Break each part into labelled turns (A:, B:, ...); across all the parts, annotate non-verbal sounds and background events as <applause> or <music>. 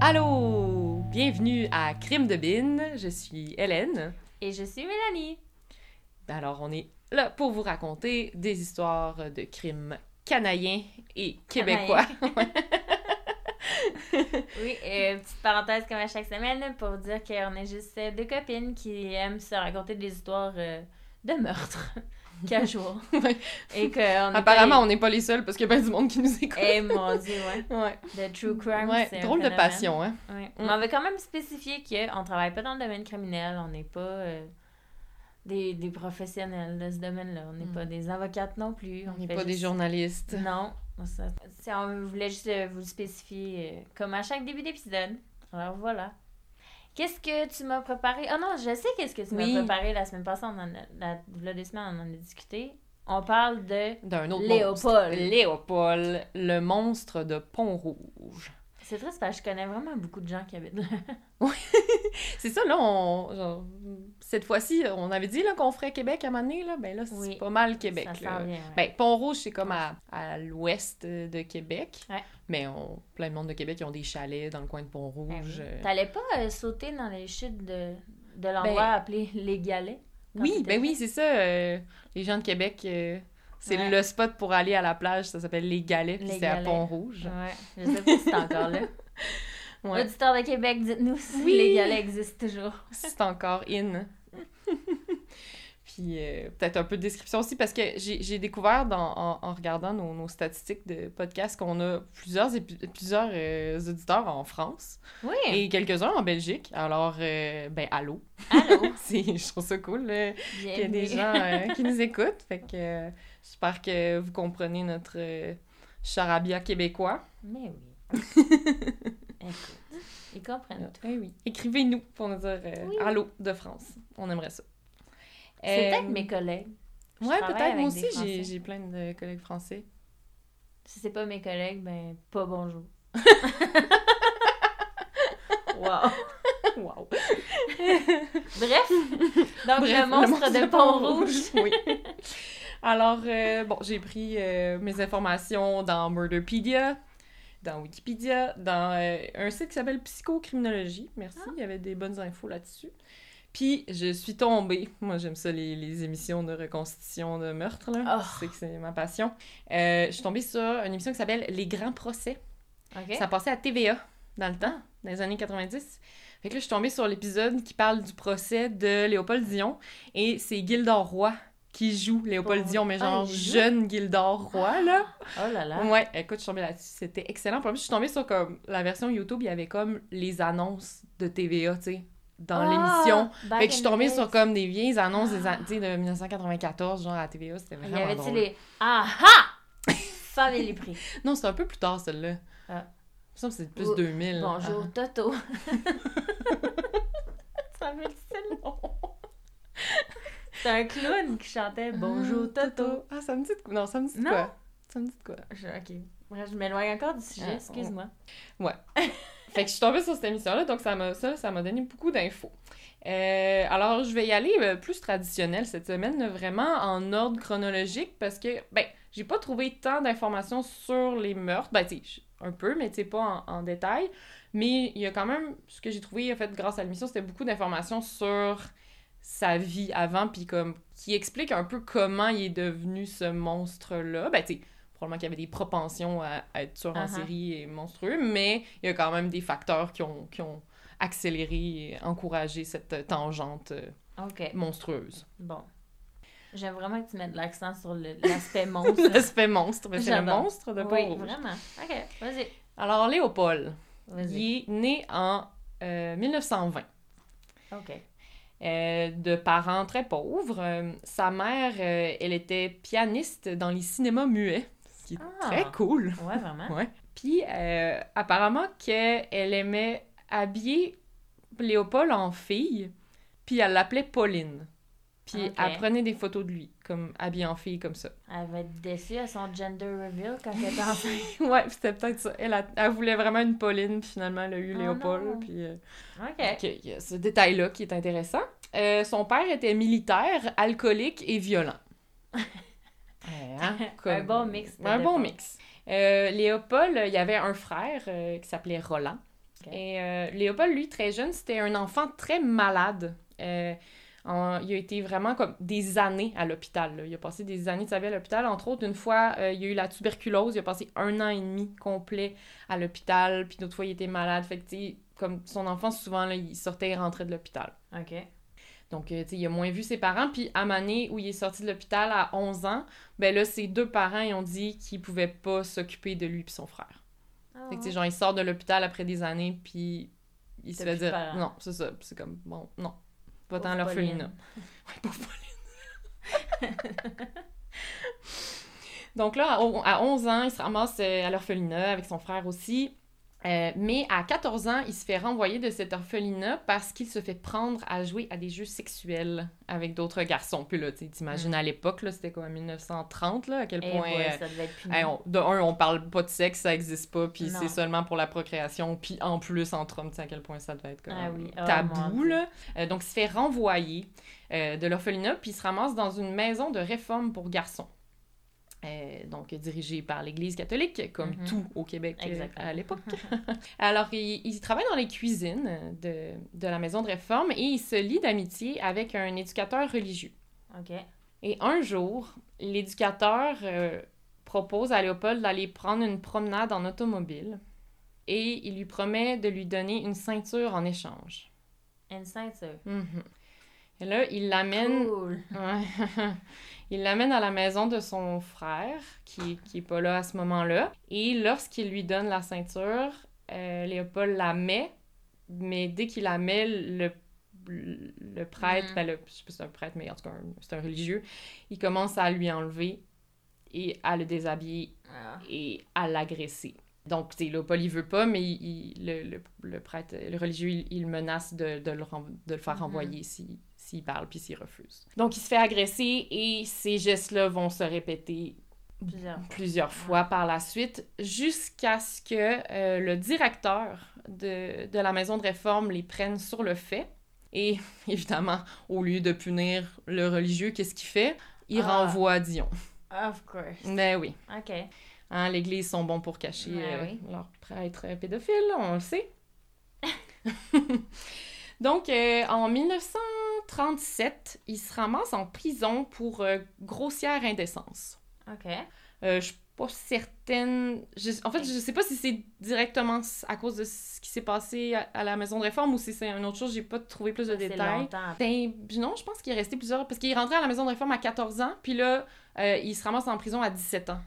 A: Allô! Bienvenue à Crime de Bine. Je suis Hélène.
B: Et je suis Mélanie.
A: Alors, on est là pour vous raconter des histoires de crimes canadiens et québécois.
B: Oui, euh, petite parenthèse comme à chaque semaine pour dire qu'on est juste euh, deux copines qui aiment se raconter des histoires euh, de
A: <laughs>
B: meurtre casual.
A: Ouais.
B: Et qu'on est pas
A: Apparemment,
B: les-
A: on n'est pas les seuls parce qu'il y a bien du monde qui nous écoute.
B: Eh mon dieu, ouais.
A: Ouais.
B: The true crime,
A: Ouais,
B: c'est un
A: Drôle de
B: phénomène.
A: passion, hein?
B: Ouais.
A: Mm.
B: Mais on veut quand même spécifier qu'on travaille pas dans le domaine criminel, on n'est pas euh, des, des professionnels de ce domaine-là, on n'est
A: Mm.
B: pas des avocates non plus.
A: On n'est
B: fait
A: pas des
B: juste-
A: journalistes.
B: Non. ça- c'est- on voulait juste euh, vous le spécifier euh, comme à chaque début d'épisode. Alors voilà. Qu'est-ce que tu m'as préparé? Oh non, je sais qu'est-ce que tu
A: Oui.
B: m'as préparé la semaine passée. On en a, la, la deux semaines, on en a discuté. On parle de
A: D'un autre
B: Léopold.
A: monstre. Léopold, le monstre de Pont-Rouge.
B: C'est triste parce que je connais vraiment beaucoup de gens qui habitent là.
A: C'est ça, là, on, genre, cette fois-ci, on avait dit là, qu'on ferait Québec à un moment donné, là. Ben là, c'est
B: Oui.
A: pas mal Québec.
B: ça
A: là.
B: sent bien. ouais.
A: Ben, Pont-Rouge, c'est comme à, à l'ouest de Québec.
B: Ouais.
A: Mais on, plein de monde de Québec, ils ont des chalets dans le coin de
B: Ben
A: Pont-Rouge.
B: oui.
A: euh.
B: T'allais pas euh, sauter dans les chutes de, de l'endroit
A: Ben-
B: appelé les Galets? quand
A: Oui,
B: t'étais
A: ben oui,
B: jeune?
A: c'est ça. euh, les gens de Québec, euh, c'est
B: Ouais.
A: le spot pour aller à la plage. Ça s'appelle Les Galets, puis
B: Les
A: c'est à
B: Galets.
A: Pont-Rouge.
B: Ouais, je sais pas si c'est encore là.
A: <laughs> Ouais.
B: Auditeurs de Québec, dites-nous si
A: Oui.
B: les Galets existent toujours.
A: c'est encore in. <laughs> Puis euh, peut-être un peu de description aussi, parce que j'ai j'ai découvert dans- en, en regardant nos, nos statistiques de podcast qu'on a plusieurs, épi- plusieurs euh, auditeurs en France
B: Oui!
A: et quelques-uns en Belgique. Alors, euh, ben, allô. <laughs>
B: Allô?
A: C'est- Je trouve ça cool
B: Eh
A: là, qu'il y a
B: Bienvenue.
A: des gens
B: <laughs>
A: euh, qui nous écoutent. Fait que euh, j'espère que vous comprenez notre euh, charabia québécois.
B: Mais
A: <laughs>
B: oui. Écoute, ils comprennent.
A: Eh oui. Écrivez-nous pour nous dire euh,
B: Ah, Oui.
A: allô de France. On aimerait ça.
B: C'est
A: Euh,
B: peut-être mes collègues. Je
A: Ouais,
B: travaille
A: peut-être. Moi
B: avec
A: aussi,
B: des
A: j'ai-
B: Français.
A: j'ai plein de collègues français.
B: Si c'est pas mes collègues, ben, pas bonjour. <laughs> wow.
A: Wow.
B: Bref, <laughs> donc
A: Bref,
B: le monstre de
A: <laughs>
B: Pont-Rouge.
A: oui. Alors, euh, bon, j'ai pris euh, mes informations dans Murderpedia, dans Wikipédia, dans euh, un site qui s'appelle Psychocriminologie. Merci, il y avait des bonnes infos là-dessus. Puis, je suis tombée. Moi, j'aime ça, les, les émissions de reconstitution de meurtre, là.
B: Oh.
A: C'est que c'est ma passion. Euh, je suis tombée sur une émission qui s'appelle Les Grands Procès.
B: OK.
A: Ça passait à TVA dans le temps, dans les années 90. Fait que là, je suis tombée sur l'épisode qui parle du procès de Léopold Dion et c'est Gildor Roy qui joue Léopold
B: Pour-
A: Dion, mais
B: Ah,
A: genre
B: il joue?
A: jeune Gildor Roy, là.
B: Oh là là.
A: Ouais, écoute, je suis tombée là-dessus. C'était excellent. Puis En plus, je suis tombée sur comme la version YouTube, il y avait comme les annonces de TVA, tu sais, dans
B: Ah,
A: l'émission.
B: back
A: Fait que je suis
B: in the
A: tombée
B: days.
A: sur comme des vieilles annonces des an- tu sais, de 1994, genre à TVA, c'était
B: Il
A: vraiment
B: y avait-tu
A: drôle.
B: les. Ah ah! Femme et
A: <laughs>
B: les prix.
A: Non, c'était un peu plus tard, celle-là.
B: Ah.
A: Il me semble que c'est plus
B: Ou-
A: 2000.
B: Bonjour,
A: Ah. <laughs>
B: Toto. <laughs> Ça me dit ça, non? C'est un clown qui chantait Bonjour, Toto.
A: Ah, ça me dit de quoi? Non, ça me dit de
B: Non.
A: quoi? Ça me dit de quoi?
B: Je- ok. Bref, je m'éloigne encore du sujet,
A: Ah,
B: excuse-moi.
A: Fait que je suis tombée sur cette émission-là, donc ça m'a, ça, ça m'a donné beaucoup d'infos. Euh, alors, je vais y aller euh, plus traditionnel cette semaine, vraiment en ordre chronologique, parce que, ben, j'ai pas trouvé tant d'informations sur les meurtres. Ben, tu sais, un peu, mais tu sais, pas en, en détail. Mais il y a quand même, ce que j'ai trouvé, en fait, grâce à l'émission, c'était beaucoup d'informations sur sa vie avant, puis comme, qui explique un peu comment il est devenu ce monstre-là. Ben, tu sais, probablement qu'il y avait des propensions à, à être tueur en
B: Uh-huh.
A: série et monstrueux, mais il y a quand même des facteurs qui ont, qui ont accéléré et encouragé cette tangente euh,
B: Ok, <laughs>
A: monstrueuse.
B: bon. J'aime vraiment que tu mettes l'accent sur le- l'aspect monstre.
A: <laughs> L'aspect monstre, mais c'est le
B: J'adore.
A: monstre de
B: oui,
A: Pont-Rouge.
B: vraiment. Ok, vas-y.
A: Alors, Léopold,
B: Vas-y.
A: il est né en euh, 1920.
B: Ok.
A: euh, de parents très pauvres. Euh, sa mère, euh, elle était pianiste dans les cinémas muets, ce qui est
B: Ah.
A: très cool.
B: Ouais, vraiment.
A: Ouais. Puis, euh, apparemment qu'elle aimait habiller Léopold en fille, puis elle l'appelait Pauline. Puis
B: Ok.
A: elle prenait des photos de lui, comme habillée en fille, comme ça.
B: Elle va être déçue à son gender reveal quand elle est enceinte.
A: ouais, puis c'était peut-être ça. Elle, a- elle voulait vraiment une Pauline, puis finalement, elle a eu
B: Oh
A: Léopold.
B: non.
A: Puis, euh,
B: Ok.
A: donc, il y a ce détail-là qui est intéressant. Euh, son père était militaire, alcoolique et violent.
B: <laughs>
A: Ouais, hein,
B: Un bon mix de
A: Un bon
B: départ.
A: mix. Euh, Léopold, il y avait un frère euh, qui s'appelait Roland.
B: Ok.
A: Et euh, Léopold, lui, très jeune, c'était un enfant très malade. Euh, en- il a été vraiment comme des années à l'hôpital. là. Il a passé des années de sa vie à l'hôpital. Entre autres, une fois, euh, il a eu la tuberculose. Il a passé un an et demi complet à l'hôpital. Puis d'autres fois, il était malade. Fait que, tu sais, comme son enfance, souvent, là, il sortait et rentrait de l'hôpital.
B: Ok.
A: Donc, euh, tu sais, il a moins vu ses parents. Puis, à Mané, où il est sorti de l'hôpital à 11 ans, ben là, ses deux parents, ils ont dit qu'ils pouvaient pas s'occuper de lui puis son frère.
B: Ah
A: Fait que, tu sais, genre, il sort de l'hôpital après des années, puis il se
B: T'as
A: fait
B: plus de
A: dire
B: parents.
A: non, c'est ça. Puis c'est comme, bon, non, va-t'en à
B: Pauvre
A: l'orphelinat.
B: Pauline.
A: <laughs> Ouais, pauvre Pauline. <laughs> Donc là, à on- à 11 ans, il se ramasse euh, à l'orphelinat avec son frère aussi. Euh, mais à 14 ans, il se fait renvoyer de cet orphelinat parce qu'il se fait prendre à jouer à des jeux sexuels avec d'autres garçons. Puis là, tu sais, t'imagines
B: Mm.
A: à l'époque, là, c'était quoi, 1930, là, à quel
B: Et
A: point...
B: ouais,
A: euh,
B: Eh ça devait être puni.
A: Hey, on- de un, on parle pas de sexe, ça existe pas, puis
B: Non.
A: c'est seulement pour la procréation, puis en plus entre hommes, tu sais à quel point ça devait être comme
B: Ah oui, oh mon
A: tabou,
B: Dieu.
A: là. Euh, donc, il se fait renvoyer euh, de l'orphelinat, puis il se ramasse dans une maison de réforme pour garçons. Euh, donc, dirigée par l'Église catholique, comme
B: Mhm.
A: tout au Québec euh,
B: Exactement.
A: à
B: <laughs>
A: l'époque. <laughs> Alors, il, il travaille dans les cuisines de, de la maison de réforme et il se lie d'amitié avec un éducateur religieux.
B: Ok.
A: Et un jour, l'éducateur euh, propose à Léopold d'aller prendre une promenade en automobile et il lui promet de lui donner une ceinture en échange.
B: Une ceinture.
A: Mhm. Et là, il l'amène
B: Cool.
A: Ouais. <laughs> Il l'amène à la maison de son frère, qui, qui est pas là à ce moment-là. Et lorsqu'il lui donne la ceinture, euh, Léopold la met, mais dès qu'il la met, le, le prêtre,
B: Mhm.
A: ben le- je sais pas si c'est un prêtre, mais en tout cas, un- c'est un religieux, il commence à lui enlever et à le déshabiller
B: Ah.
A: et à l'agresser. Donc, tu sais, Léopold, il veut pas, mais il, il- le, le- le prêtre, le religieux, il, il menace de, de le, ren- de le faire
B: Mhm.
A: renvoyer s'il s'il parle puis s'il refuse. Donc, il se fait agresser et ces gestes-là vont se répéter
B: Plusieurs.
A: plusieurs fois par la suite, jusqu'à ce que euh, le directeur de, de la maison de réforme les prenne sur le fait. Et <laughs> évidemment, au lieu de punir le religieux, qu'est-ce qu'il fait? Il
B: Ah.
A: renvoie Dion.
B: Of course.
A: Ben oui.
B: Ok.
A: Hein, L'Église sont bons pour cacher
B: Ouais,
A: euh,
B: oui.
A: leurs prêtres pédophiles, on le sait. <laughs> Donc, euh, en 1937, il se ramasse en prison pour euh, grossière indécence.
B: Ok.
A: Euh, je suis pas certaine... je- en fait, je sais pas si c'est directement à cause de ce qui s'est passé à, à la maison de réforme ou si c'est une autre chose, j'ai pas trouvé plus de
B: C'est
A: détails.
B: longtemps après.
A: Ben, non, je pense qu'il est resté plusieurs... Parce qu'il est rentré à la maison de réforme à 14 ans, puis là, euh, il se ramasse en prison à 17 ans.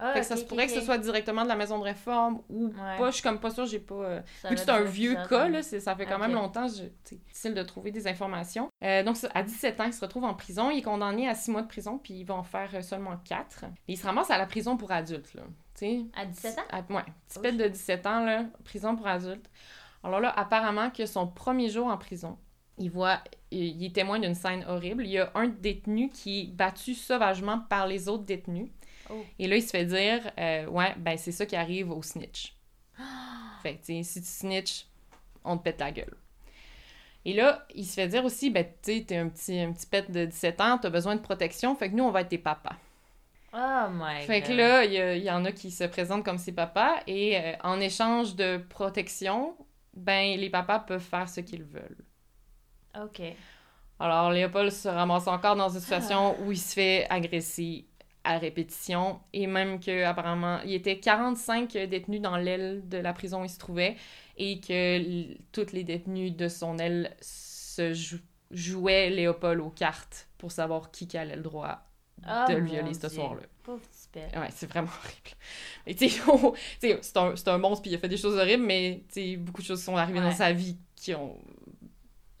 B: Ah,
A: Fait que ça
B: ok,
A: se
B: ok,
A: pourrait que
B: ok.
A: ce soit directement de la maison de réforme ou
B: Ouais.
A: pas. Je suis comme pas sûre, j'ai pas. euh,
B: Ça
A: Vu que
B: va
A: c'est un
B: durer
A: vieux
B: plusieurs
A: cas,
B: années.
A: là, c'est- ça fait quand
B: Ok.
A: même longtemps, je- c'est difficile de trouver des informations. Euh, donc, ça- à 17 ans, il se retrouve en prison. Il est condamné à 6 mois de prison, puis il va en faire euh, seulement 4. Et il se ramasse à la prison pour adultes, là. Tu sais,
B: À 17 ans? Oh,
A: à- Ah, ouais, petite pète de 17 ans, là, prison pour adultes. Alors là, apparemment que son premier jour en prison, il voit, il, il témoigne d'une scène horrible. Il y a un détenu qui est battu sauvagement par les autres détenus.
B: Oh.
A: Et là, il se fait dire, euh, ouais, ben c'est ça qui arrive au
B: <gasps>
A: snitch. Fait que, tu sais, si tu snitches, on te pète la gueule. Et là, il se fait dire aussi, ben, tu sais, t'es un petit, un petit pète de 17 ans, t'as besoin de protection, fait que nous, on va être tes papas.
B: Oh my
A: Fait que
B: god.
A: là, il y, a- il y en a qui se présentent comme ses papas et euh, en échange de protection, ben les papas peuvent faire ce qu'ils veulent.
B: Ok.
A: Alors Léopold se ramasse encore dans une situation
B: Ah.
A: où il se fait agresser à répétition et même que apparemment il était 45 détenus dans l'aile de la prison où il se trouvait et que l- toutes les détenues de son aile se jou- jouaient Léopold aux cartes pour savoir qui, qui allait le droit
B: Oh
A: de le
B: mon
A: violer ce
B: Dieu.
A: soir-là.
B: Pauvre petit père.
A: Ouais, c'est vraiment <laughs> horrible. Et tu sais, on- tu sais, c'est un, c'est un monstre, puis il a fait des choses horribles, mais tu sais, beaucoup de choses sont arrivées
B: Ouais.
A: dans sa vie qui ont...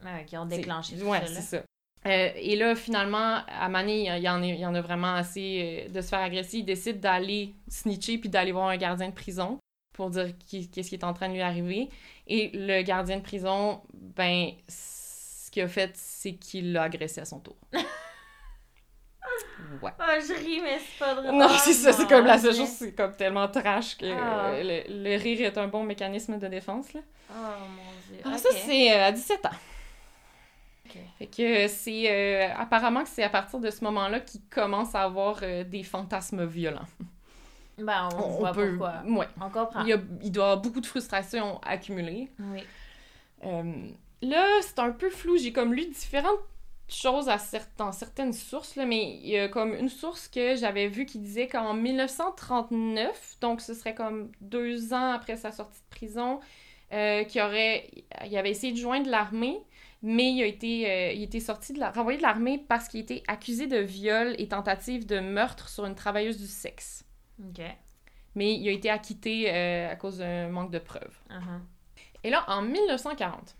B: Ouais, qui ont
A: tu sais,
B: déclenché tout
A: ouais,
B: ça, là.
A: c'est ça. Euh, et là, finalement, à Mané, il y, en est- il y en a vraiment assez euh, de se faire agresser. Il décide d'aller snitcher puis d'aller voir un gardien de prison pour dire qui- qu'est-ce qui est en train de lui arriver. Et le gardien de prison, ben, ce qu'il a fait, c'est qu'il l'a agressé à son
B: <laughs>
A: tour. ouais.
B: Oh, je ris, mais c'est pas drôle.
A: Non, c'est ça, c'est comme la seule
B: Oh,
A: chose, c'est comme tellement trash que
B: Ah.
A: euh, le, le rire est un bon mécanisme de défense. Là.
B: Oh mon dieu.
A: Alors
B: Ok.
A: ça, c'est euh, à 17 ans.
B: Ok.
A: Fait que euh, c'est euh, apparemment que c'est à partir de ce moment-là qu'il commence à avoir euh, des fantasmes violents.
B: Ben, on, voit pourquoi. Ah.
A: ouais.
B: On comprend.
A: Il, y a- il doit y avoir beaucoup de frustration accumulée.
B: Oui.
A: Euh, là, c'est un peu flou. J'ai comme lu différentes choses à cer- dans certaines sources, là, mais il y a comme une source que j'avais vue qui disait qu'en 1939, donc ce serait comme deux ans après sa sortie de prison, euh, qu'il aurait, il avait essayé de joindre l'armée, mais il a été, euh, il était sorti de la, renvoyé de l'armée parce qu'il était accusé de viol et tentative de meurtre sur une travailleuse du sexe.
B: OK.
A: Mais il a été acquitté euh, à cause d'un manque de preuves.
B: Uh-huh.
A: Et là, en 1940,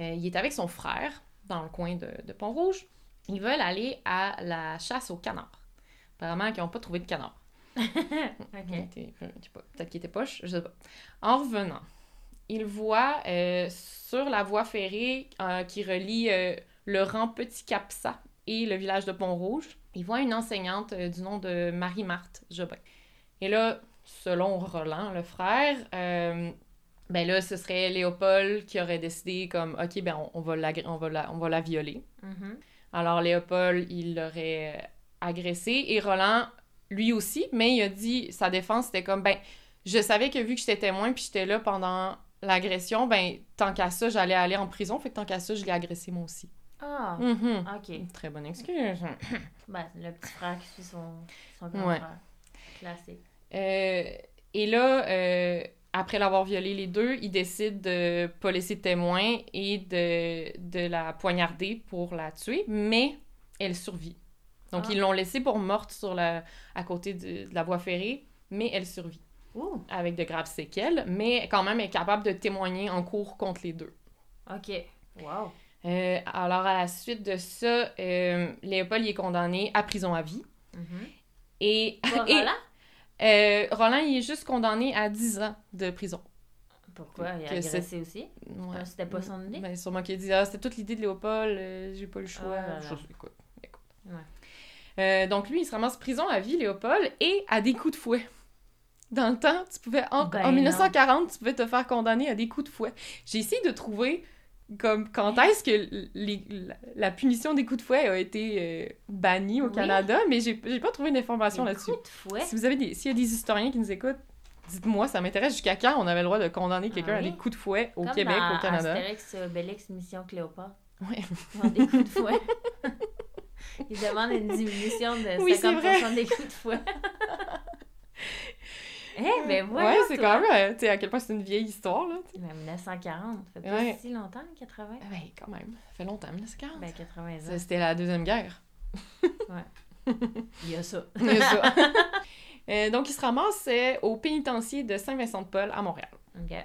A: euh, il est avec son frère dans le coin de, de Pont-Rouge. Ils veulent aller à la chasse aux canards. Apparemment, qu'ils n'ont pas trouvé de canard. Il
B: OK.
A: était- euh, je sais pas, Peut-être qu'il était poche, je sais pas. En revenant, il voit euh, sur la voie ferrée euh, qui relie euh, le rang Petit Capsa et le village de Pont-Rouge, il voit une enseignante euh, du nom de Marie-Marthe Jobin. Et là, selon Roland, le frère, euh, ben là, ce serait Léopold qui aurait décidé comme, OK, ben on, on va, la, on, va la, on va la violer.
B: Mhm.
A: Alors Léopold, il l'aurait euh, agressé et Roland, lui aussi, mais il a dit sa défense c'était comme ben je savais que vu que j'étais témoin puis j'étais là pendant l'agression, ben tant qu'à ça j'allais aller en prison, fait que tant qu'à ça je l'ai agressé moi aussi.
B: Ah,
A: Mhm.
B: OK.
A: Très bonne excuse.
B: Ben, le petit frère qui suit son, son grand
A: Ouais.
B: frère. Classique.
A: Euh, et là, euh, après l'avoir violé les deux, il décide de pas laisser de témoin et de, de la poignarder pour la tuer, mais elle survit. Donc
B: Ah.
A: ils l'ont laissée pour morte sur la, à côté de, de la voie ferrée, mais elle survit
B: Ouh.
A: avec de graves séquelles, mais quand même elle est capable de témoigner en cours contre les deux.
B: OK. Wow.
A: Euh, alors à la suite de ça, euh, Léopold il est condamné à prison à vie.
B: Mhm.
A: Et,
B: Pas
A: <laughs> et,
B: Roland?
A: euh, Roland, il est juste condamné à 10 ans de prison.
B: Pourquoi? Il a
A: que c'est-
B: agressé aussi?
A: Ouais.
B: Ah, C'était pas son idée?
A: Ben, sûrement qu'il dit Ah, c'était toute l'idée de Léopold, euh, j'ai pas eu le choix.
B: Ah là là.
A: Je sais, écoute, écoute.
B: Ouais.
A: Euh, donc, lui, il se ramasse prison à vie, Léopold, et à des coups de fouet. Dans le temps, tu pouvais. En,
B: Ben
A: en
B: non.
A: 1940, tu pouvais te faire condamner à des coups de fouet. J'ai essayé de trouver comme quand est-ce que les- la, la punition des coups de fouet a été euh, bannie au
B: Oui.
A: Canada, mais j'ai j'ai pas trouvé d'informations
B: Des
A: là-dessus.
B: coups de fouet?
A: Si vous avez des, s'il y a des historiens qui nous écoutent, dites-moi, ça m'intéresse jusqu'à quand on avait le droit de condamner
B: Ah
A: quelqu'un
B: oui?
A: à des coups de fouet au
B: Comme
A: Québec,
B: dans
A: au Canada.
B: Astérix et Obélix, Mission Cléopâtre.
A: Ouais.
B: Ils ont des coups
A: <laughs>
B: de fouet. Ils demandent une diminution de
A: Oui, c'est
B: 50%
A: vrai.
B: des coups de fouet. Eh, ben voilà.
A: ouais, c'est quand
B: toi.
A: même, euh, tu sais, à quel point c'est une vieille histoire, là. tu sais.
B: Mais 1940, ça fait pas
A: Ouais.
B: si longtemps, 80?
A: Ah Ben, quand même, ça fait longtemps, 1940.
B: Ben, 80
A: Ça,
B: ans.
A: C'était la Deuxième Guerre.
B: Il y a ça.
A: <laughs> C'est ça. <laughs> Euh, donc, il se ramasse euh, au pénitencier de Saint-Vincent-de-Paul à Montréal.
B: OK.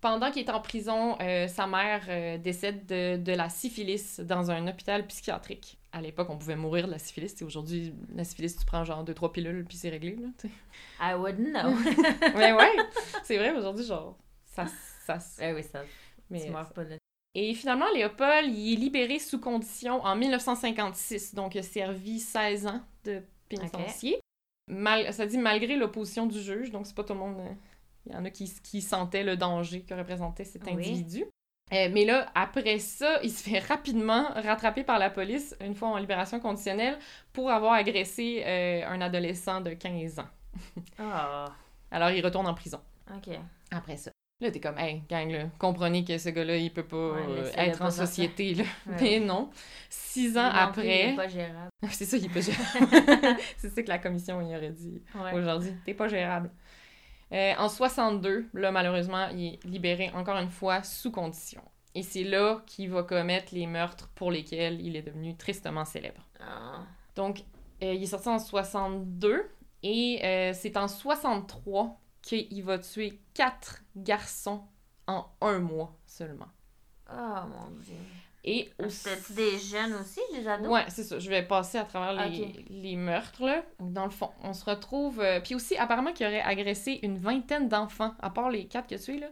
A: Pendant qu'il est en prison, euh, sa mère euh, décède de, de la syphilis dans un hôpital psychiatrique. À l'époque, on pouvait mourir de la syphilis. tu sais, Aujourd'hui, la syphilis, tu prends genre deux, trois pilules, puis c'est réglé. Là, tu sais.
B: I wouldn't know.
A: <laughs> Mais ouais, c'est vrai, aujourd'hui, genre, ça, ça se...
B: ah oui, ça,
A: mais-
B: tu meurs pas de...
A: Et finalement, Léopold, il est libéré sous condition en 1956, donc il a servi 16 ans de pénitencier. Mal- ça dit malgré l'opposition du juge, donc c'est pas tout le monde. euh, Il y en a qui, qui sentaient le danger que représentait cet
B: Oui.
A: individu. Euh, mais là, après ça, <laughs> il se fait rapidement rattraper par la police, une fois en libération conditionnelle, pour avoir agressé euh, un adolescent de 15 ans.
B: Ah,
A: Alors, il retourne en prison
B: OK.
A: après ça. Là, t'es comme, hey, gang, là, comprenez que ce gars-là, il peut pas
B: Ouais,
A: euh,
B: laissez-le
A: être
B: pas
A: en
B: faire ça.
A: société, là.
B: Ouais.
A: Mais non. Six ans
B: Non plus, il
A: après.
B: est pas gérable.
A: <laughs> C'est ça, il est pas gérable.
B: <laughs>
A: c'est ça que la commission il aurait dit
B: Ouais.
A: aujourd'hui. T'es pas gérable. Euh, en 62, là, malheureusement, il est libéré encore une fois sous condition. Et c'est là qu'il va commettre les meurtres pour lesquels il est devenu tristement célèbre.
B: Ah.
A: Donc, euh, il est sorti en 62 et euh, c'est en 63 qu'il va tuer quatre garçons en un mois seulement.
B: Oh, mon Dieu.
A: Et
B: Ah,
A: aussi...
B: C'était des jeunes aussi, des ados?
A: Ouais, c'est ça. Je vais passer à travers les,
B: Ok.
A: les meurtres, là. Dans le fond, on se retrouve... euh, Puis aussi, apparemment qu'il aurait agressé une vingtaine d'enfants, à part les quatre que tu es, là.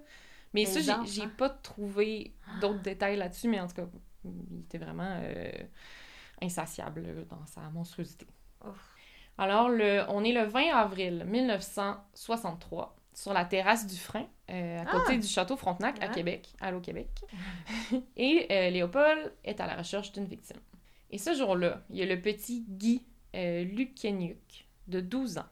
A: Mais
B: Des
A: ça, j'ai-
B: enfants.
A: j'ai pas trouvé d'autres détails là-dessus, mais en tout cas, il était vraiment euh, insatiable là, dans sa monstruosité.
B: Ouf.
A: Alors, le, on est le 20 avril 1963 sur la terrasse du Frein, euh, à
B: Ah!
A: côté du château Frontenac à
B: Ouais.
A: Québec, Allô Québec. <laughs> Et euh, Léopold est à la recherche d'une victime. Et ce jour-là, il y a le petit Guy euh, Lukeniuk, de 12 ans,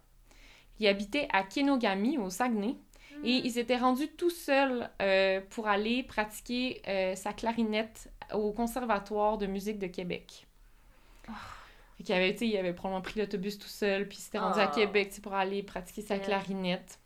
A: qui Il habitait à Kenogami, au Saguenay.
B: Hmm.
A: Et il s'était rendu tout seul euh, pour aller pratiquer euh, sa clarinette au Conservatoire de musique de Québec.
B: Oh.
A: Fait qu'il avait, tu sais, il avait probablement pris l'autobus tout seul, puis il s'était rendu à
B: Oh.
A: Québec tu sais, pour aller pratiquer sa
B: Yeah.
A: clarinette.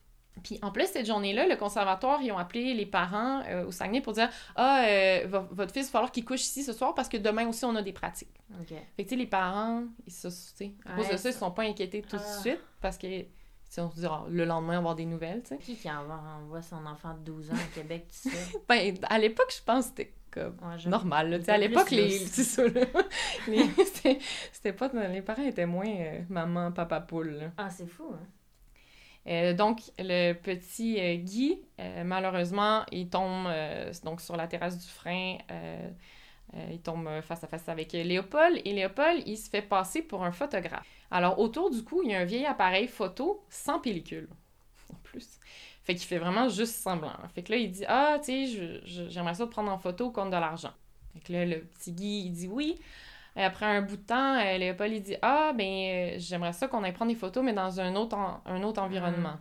A: Puis en plus, cette journée-là, le conservatoire, ils ont appelé les parents euh, au Saguenay pour dire « Ah, euh, vo- votre fils, il va falloir qu'il couche ici ce soir parce que demain aussi, on a des pratiques. »
B: OK.
A: Fait que, tu sais, les parents, ils se, tu sais, à
B: Ouais,
A: cause de ça,
B: ça.
A: ils se sont pas inquiétés tout
B: Ah.
A: de suite parce que, tu sais, on se dit, Ah, le lendemain, on va avoir des nouvelles, tu sais.
B: Qui qui envoie, envoie son enfant de 12 ans à Québec, tu
A: <laughs>
B: sais?
A: Ben, à l'époque, je pense que c'était comme
B: Ouais, je-
A: normal, là. Tu sais,
B: Ils
A: à
B: étaient
A: l'époque,
B: plus
A: les,
B: lousses.
A: <laughs> c'est ça, là. Les- c'était- c'était pas, les parents étaient moins euh, maman, papa poule, là.
B: Ah, c'est fou, hein?
A: Euh, donc, le petit euh, Guy, euh, malheureusement, il tombe euh, donc sur la terrasse du frein. euh, euh, il tombe euh, face à face avec euh, Léopold et Léopold, il se fait passer pour un photographe. Alors, autour du cou, il y a un vieil appareil photo sans pellicule, <laughs> en plus. Fait qu'il fait vraiment juste semblant. Fait que là, il dit Ah, tu sais, je- je- j'aimerais ça te prendre en photo contre de l'argent. Fait que là, le petit Guy, il dit oui. Et après un bout de temps, euh, Léopold, il dit Ah, ben, euh, j'aimerais ça qu'on aille prendre des photos, mais dans un autre, en- un autre environnement.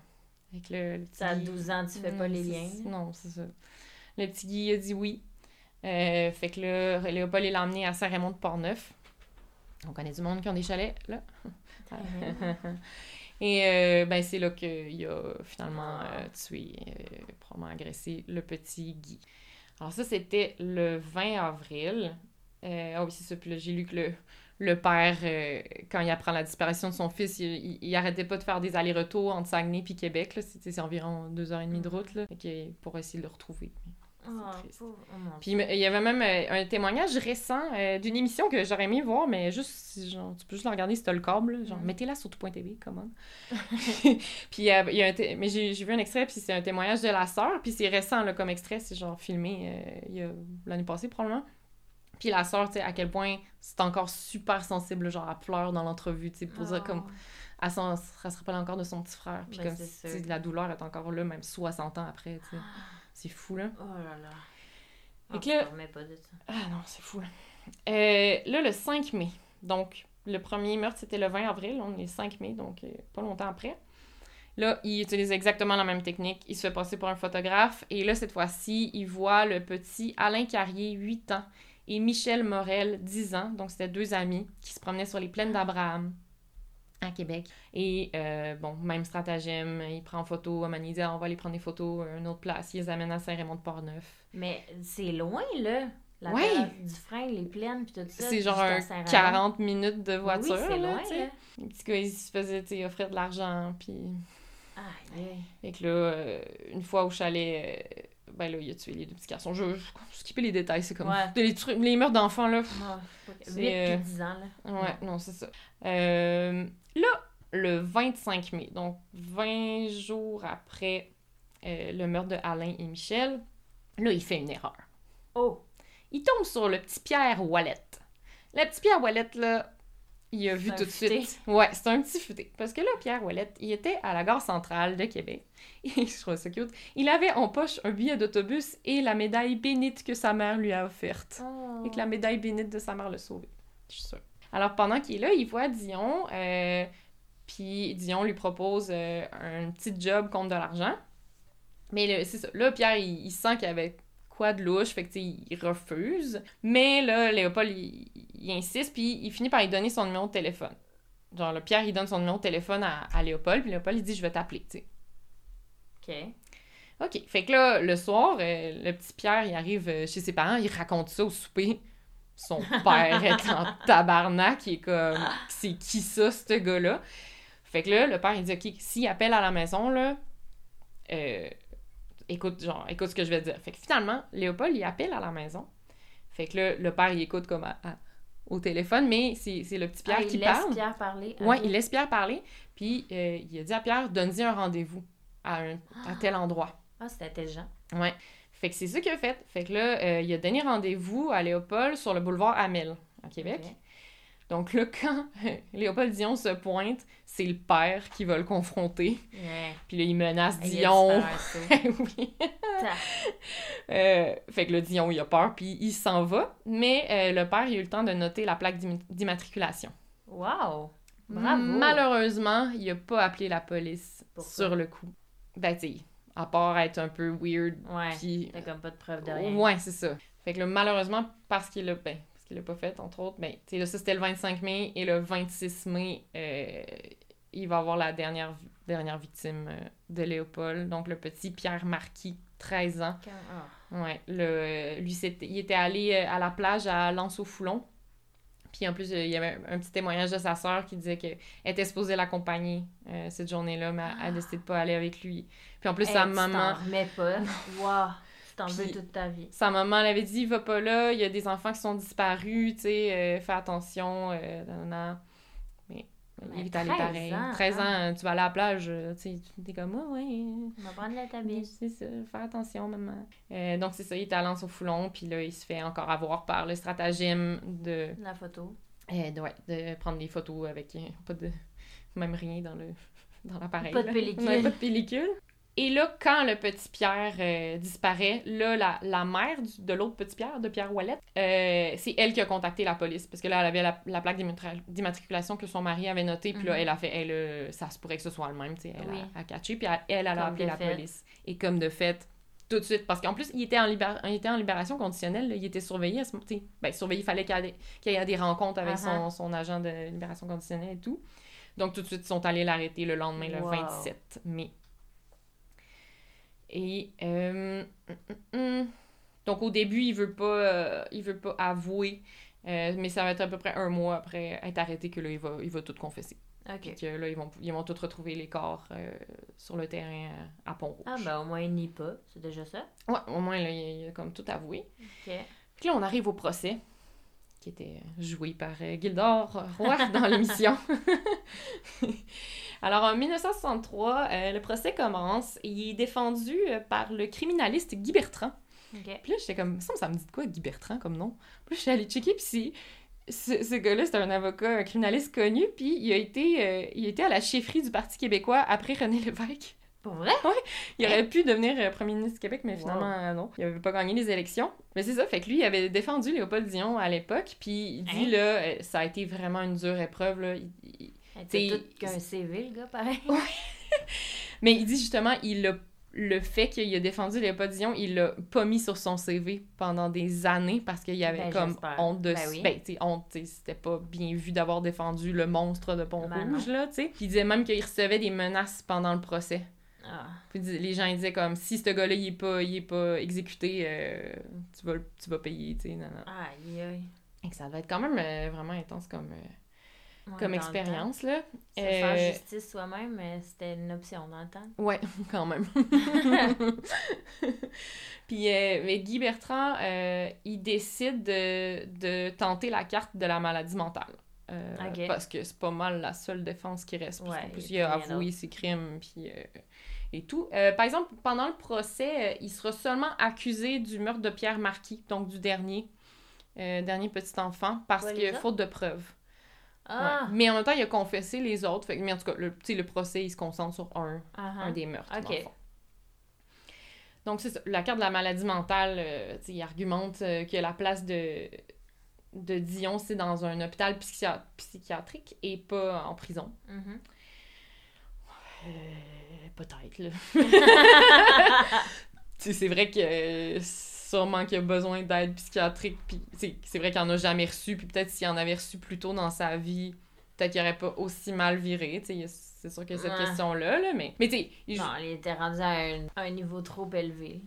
A: Fait que le, le petit
B: T'as
A: Guy-
B: 12 ans, tu fais pas
A: non,
B: les
A: Euh, Mm, c'est-
B: liens. <laughs>
A: Non, c'est ça. Le petit Guy a dit oui. Euh, fait que là, Léopold il l'a emmené à Saint-Raymond de Portneuf. On connaît du monde qui ont des chalets, là.
B: Ah,
A: Et euh, ben, c'est là qu'il a finalement euh, tué, euh, probablement agressé le petit Guy. Alors ça, c'était le 20 avril. Euh, ah oui, c'est ça. Puis là, j'ai lu que le, le père, euh, quand il apprend la disparition de son fils, il, il- il arrêtait pas de faire des allers-retours entre Saguenay puis Québec. là. C'était c'est environ deux heures et demie de route là, Fait que- pour essayer de le retrouver.
B: Oh,
A: C'est triste.
B: pauvre. Oh, mon
A: Puis il me- il y avait même euh, un témoignage récent euh, d'une émission que j'aurais aimé voir, mais juste, si- genre, tu peux juste la regarder si t'as le câble, là, genre,
B: Mhm.
A: mettez-la sur tout.tv, comment.
B: <laughs>
A: <laughs> puis euh, il y a un té- mais j'ai j'ai vu un extrait, puis c'est un témoignage de la sœur, puis c'est récent, là, comme extrait, c'est genre filmé euh, il y a- l'année passée, probablement. Puis la sœur, tu sais, à quel point c'est encore super sensible, genre, elle pleure dans l'entrevue, tu sais, pour dire comme, elle s'en- elle se rappelle encore de son petit frère, puis
B: Ah. Ben,
A: comme,
B: c'est
A: tu sais,
B: sûr. Ah.
A: la douleur est encore là, même 60 ans après, tu sais. C'est fou, là.
B: Oh là Ah, là.
A: Fait
B: On
A: que là-
B: se remet pas de ça.
A: Ah non, c'est fou. là. Euh, là, le 5 mai, donc le premier meurtre, c'était le 20 avril, on est le 5 mai, donc euh, pas longtemps après. Là, il utilise exactement la même technique. Il se fait passer pour un photographe. Et là, cette fois-ci, il voit le petit Alain Carrier, 8 ans, et Michel Morel, 10 ans. Donc, c'était deux amis qui se promenaient sur les plaines d'Abraham, Ah. à Québec. Et, euh, bon, même stratagème. Il prend en photo. À Manizia, on va aller prendre des photos à une autre place. Il les amène à Saint-Raymond-de-Portneuf.
B: Mais c'est loin, là. La
A: Ouais.
B: terrasse du frein, les plaines, puis tout ça.
A: C'est genre un
B: jusqu'à Saint-Raymond.
A: 40 minutes de voiture.
B: Oui, c'est
A: là,
B: loin,
A: tu sais.
B: là.
A: Les petits gars, ils se faisaient tu sais, offrir de l'argent. Puis...
B: Aïe, aïe.
A: Fait que là, euh, une fois au chalet, euh, ben là, il a tué les deux petits garçons. Je vais skipper les détails, c'est comme...
B: Ouais.
A: Les, trucs- les meurtres d'enfants, là... pff,
B: Moi,
A: C'est,
B: 8
A: euh,
B: puis 10 ans, là.
A: Ouais, non, c'est ça. Euh, là, le 25 mai, donc 20 jours après euh, le meurtre de Alain et Michel, là, il fait une erreur.
B: Oh!
A: Il tombe sur le petit Pierre Wallet. Le petit Pierre Wallet, là, il a vu
B: un
A: tout de
B: futé.
A: suite. Ouais, c'est un petit futé. Parce que là, Pierre Wallet, il était à la gare centrale de Québec. <laughs> Et je trouve ça cute. Il avait en poche un billet d'autobus et la médaille bénite que sa mère lui a offerte. Et que la médaille bénite de sa mère l'a sauvé. Je suis sûre. Alors, pendant qu'il est là, il voit Dion. euh, puis Dion lui propose euh, un petit job contre de l'argent. Mais le- c'est ça. Là, Pierre, il, il sent qu'il y avait quoi de louche. Fait que, tu sais, il refuse. Mais là, Léopold, il, il insiste. Puis il finit par lui donner son numéro de téléphone. Genre, là, Pierre, il donne son numéro de téléphone à, à Léopold. Puis Léopold, il dit Je vais t'appeler. tu sais.
B: OK.
A: OK. Fait que là, le soir, euh, le petit Pierre, il arrive euh, chez ses parents, il raconte ça au souper. Son père est
B: <laughs>
A: en tabarnak, il est comme « C'est qui ça, ce gars-là? » Fait que là, le père, il dit « OK, s'il appelle à la maison, là, euh, écoute, genre, écoute ce que je vais te dire. » Fait que finalement, Léopold, il appelle à la maison. Fait que là, le père, il écoute comme à- à- au téléphone, mais c'est c'est le petit Pierre
B: Ah, il
A: qui
B: laisse
A: parle.
B: Pierre parler. Ah,
A: Ouais,
B: Ok.
A: il laisse Pierre parler, puis euh, il a dit à Pierre « Donne-y un rendez-vous à, un- à tel endroit. »
B: Ah, c'est intelligent.
A: Ouais. Fait que c'est ça qu'il a fait. Fait que là, euh, il a donné rendez-vous à Léopold sur le boulevard Hamel, à Québec.
B: Ok.
A: Donc là, quand <laughs> Léopold Dion se pointe, c'est le père qui va le confronter.
B: Ouais.
A: Puis là, il menace
B: Il a dû
A: Dion.
B: faire un saut.
A: <laughs> oui. Euh, fait que là, Dion, il a peur, puis il s'en va. Mais euh, le père, il a eu le temps de noter la plaque d'immi- d'immatriculation.
B: Wow! Bravo.
A: Malheureusement, il a pas appelé la police
B: Pourquoi?
A: sur le coup. Ben, tu sais, à part être un peu weird,
B: Ouais.
A: puis...
B: T'as comme pas de preuve de rien.
A: Ouais, c'est ça. Fait que là, malheureusement, parce qu'il l'a ben, parce qu'il l'a pas fait, entre autres, ben, tu sais, là, ça, c'était le 25 mai, et le 26 mai, euh, il va avoir la dernière, vi- dernière victime euh, de Léopold, donc le petit Pierre Marquis, 13 ans.
B: Comme- ah.
A: Ouais, le, euh, lui, c'était- il était allé euh, à la plage à Lens-au-Foulon. Puis en plus, euh, il y avait un, un petit témoignage de sa sœur qui disait qu'elle était supposée l'accompagner euh, cette journée-là, mais elle- elle a décidé de pas aller avec lui. Puis en plus,
B: Hey,
A: sa
B: tu t'en
A: maman...
B: remets pas. <laughs> Wow. Tu t'en veux
A: Puis-
B: toute ta vie.
A: Sa maman l'avait dit, va pas là, il y a des enfants qui sont disparus, tu sais, euh, fais attention, euh, nanana. Mais, mais
B: Mais
A: il est allé
B: 13
A: pareil.
B: ans,
A: 13 ans,
B: hein.
A: tu vas aller à la plage, euh, tu sais, tu- t'es comme, ouais, ouais.
B: On va prendre la
A: Mais
B: tablette.
A: C'est ça, faire attention, maman. Euh, donc, c'est ça, il est à Lens au foulon, puis là, il se fait encore avoir par le stratagème de,
B: La photo.
A: euh, de, ouais, de prendre des photos avec euh, pas de. même rien dans le dans l'appareil.
B: Pas de
A: là.
B: pellicule.
A: Ouais, pas de pellicule. Et là, quand le petit Pierre euh, disparaît, là, la, la mère du- de l'autre petit Pierre, de Pierre Wallet, euh, c'est elle qui a contacté la police. Parce que là, elle avait la, la plaque d'immatric- d'immatriculation que son mari avait notée. Puis là,
B: Mhm.
A: elle a fait, Hey, là, ça se pourrait que ce soit le même, tu sais. Elle
B: Oui.
A: a, a catché. Puis elle, elle, elle a
B: Comme
A: appelé
B: de
A: la
B: fait.
A: police. Et comme de fait, tout de suite. Parce qu'en plus, il était en, libér- il était en libération conditionnelle. là. il était surveillé à ce moment. tu sais. Ben, surveillé, il fallait qu'il y ait- qu'il y ait des rencontres avec son,
B: Uh-huh.
A: son agent de libération conditionnelle et tout. Donc, tout de suite, ils sont allés l'arrêter le lendemain, le
B: Wow.
A: 27 mai. Et. euh, mm, mm, mm. Donc, au début, il veut pas, euh, il veut pas avouer. euh, mais ça va être à peu près un mois après être arrêté que là, il va, il va tout confesser. Puis
B: Ok.
A: que là, ils vont, ils vont tous retrouver les corps euh, sur le terrain euh, à Pont-Rouge.
B: Ah, ben au moins, il nie pas. C'est déjà ça.
A: Ouais, au moins, là, il, a- il a comme tout avoué.
B: Ok.
A: Puis là, on arrive au procès, qui était joué par euh, Gildor Roy <laughs> dans l'émission. Alors, en 1963, euh, le procès commence et il est défendu euh, par le criminaliste Guy Bertrand.
B: Ok.
A: Puis là, j'étais comme, ça, ça me dit de quoi, Guy Bertrand, comme nom? Puis là, j'étais allée checker, puis si- ce, ce gars-là, c'était un avocat, un criminaliste connu, puis il a été, euh, il était à la chefferie du Parti québécois après René Lévesque.
B: Pour vrai?
A: Il aurait pu devenir euh, premier ministre du Québec, mais
B: Wow.
A: finalement, euh, non. Il avait pas gagné les élections. Mais c'est ça, fait que lui, il avait défendu Léopold Dion à l'époque, puis il dit,
B: Hein?
A: là, euh, ça a été vraiment une dure épreuve, là. Il- il-
B: C'est
A: T'sais,
B: tout qu'un CV, le gars, <laughs> pareil.
A: Mais il dit, justement, il a- le fait qu'il a défendu Léopold Dion, il l'a pas mis sur son CV pendant des années parce qu'il y avait
B: Ben,
A: comme
B: j'espère.
A: honte de...
B: Ben oui.
A: ben, tu sais, honte, tu sais, c'était pas bien vu d'avoir défendu le monstre de
B: Ben non.
A: Pont-Rouge, là, tu sais. Puis il disait même qu'il recevait des menaces pendant le procès.
B: Ah.
A: Puis dis- les gens ils disaient comme si ce gars-là il est pas il est pas exécuté euh, tu vas le- tu vas payer tu sais non, non.
B: Aïe, aïe.
A: Et que ça devait être quand même euh, vraiment intense comme euh,
B: Ouais, dans
A: comme
B: le
A: expérience là.
B: temps. Se
A: Euh,
B: faire justice soi-même, euh, c'était une option Ah, dans le <laughs> temps.
A: Ouais, <laughs> quand même. Puis euh, mais Guy Bertrand euh, il décide de, de tenter la carte de la maladie mentale. Euh,
B: Ok.
A: Parce que c'est pas mal la seule défense qui reste. Parce
B: Ouais,
A: qu'en plus,
B: y
A: il
B: a
A: a
B: rien
A: avoué ses crimes puis, euh, et tout. Euh, par exemple, pendant le procès, euh, il sera seulement accusé du meurtre de Pierre Marquis, donc du dernier, euh, dernier petit enfant, parce
B: Pas les
A: que
B: autres?
A: faute de preuves.
B: Ah!
A: Ouais. Mais en même temps, il a confessé les autres. Fait que- mais en tout cas, le, tu sais, le procès, il se concentre sur un,
B: Ah, ah.
A: un des meurtres.
B: Ok.
A: dans le fond. Donc, c'est ça. La carte de la maladie mentale, euh, tu sais, il argumente euh, que la place de, de Dion, c'est dans un hôpital psychia- psychiatrique et pas en prison.
B: Mhm.
A: Euh, peut-être, là. <laughs> Tu sais, c'est vrai que euh, sûrement qu'il a besoin d'aide psychiatrique, puis tu sais, c'est vrai qu'il en a jamais reçu, puis peut-être s'il en avait reçu plus tôt dans sa vie, peut-être qu'il aurait pas aussi mal viré, tu sais, il y a- c'est sûr qu'il y a cette
B: Ouais.
A: question-là, là, mais... Mais tu sais, il-
B: Non, il était rendu à un, un niveau trop élevé.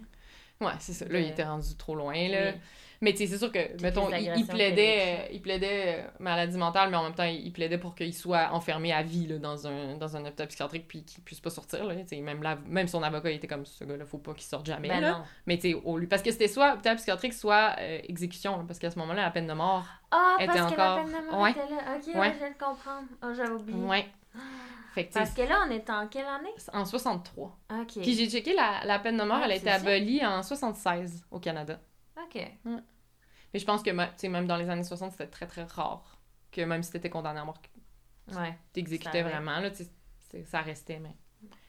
A: ouais, c'est ça, là, il
B: De-
A: était rendu trop loin, là.
B: là.
A: Mais tu sais, c'est sûr que,
B: Toutes
A: mettons,
B: les
A: il, il
B: agressions qu'il avait
A: plaidait, euh, il plaidait euh, maladie mentale, mais en même temps, il, il plaidait pour qu'il soit enfermé à vie là, dans, un, dans un hôpital psychiatrique puis qu'il puisse pas sortir. Là, Tu sais, même, là, même son avocat, il était comme ce gars-là, faut pas qu'il sorte jamais.
B: Ben
A: là.
B: non.
A: Mais tu sais, au lieu- parce que c'était soit hôpital psychiatrique, soit euh, exécution, là, parce qu'à ce moment-là, la peine de mort.
B: Ah,
A: Elle
B: parce
A: était
B: que la
A: encore-
B: peine de mort
A: Ouais.
B: était là. Ok,
A: Ouais.
B: ouais, je viens de comprendre. Oh, j'avais oublié.
A: Ouais. Fait que tu
B: Parce
A: sais,
B: que là, on est en quelle année?
A: en 63.
B: Ok.
A: Puis j'ai checké, la, la peine de mort,
B: Ah,
A: elle a
B: c'est
A: été
B: ça.
A: abolie en 76 au Canada.
B: Ok.
A: Mais je pense que, ma- tu sais, même dans les années 60, c'était très très rare que même si t'étais condamné à mort,
B: Ouais.
A: t'exécutais
B: Ça, ouais.
A: vraiment. Là, tu sais, c'est- ça restait, mais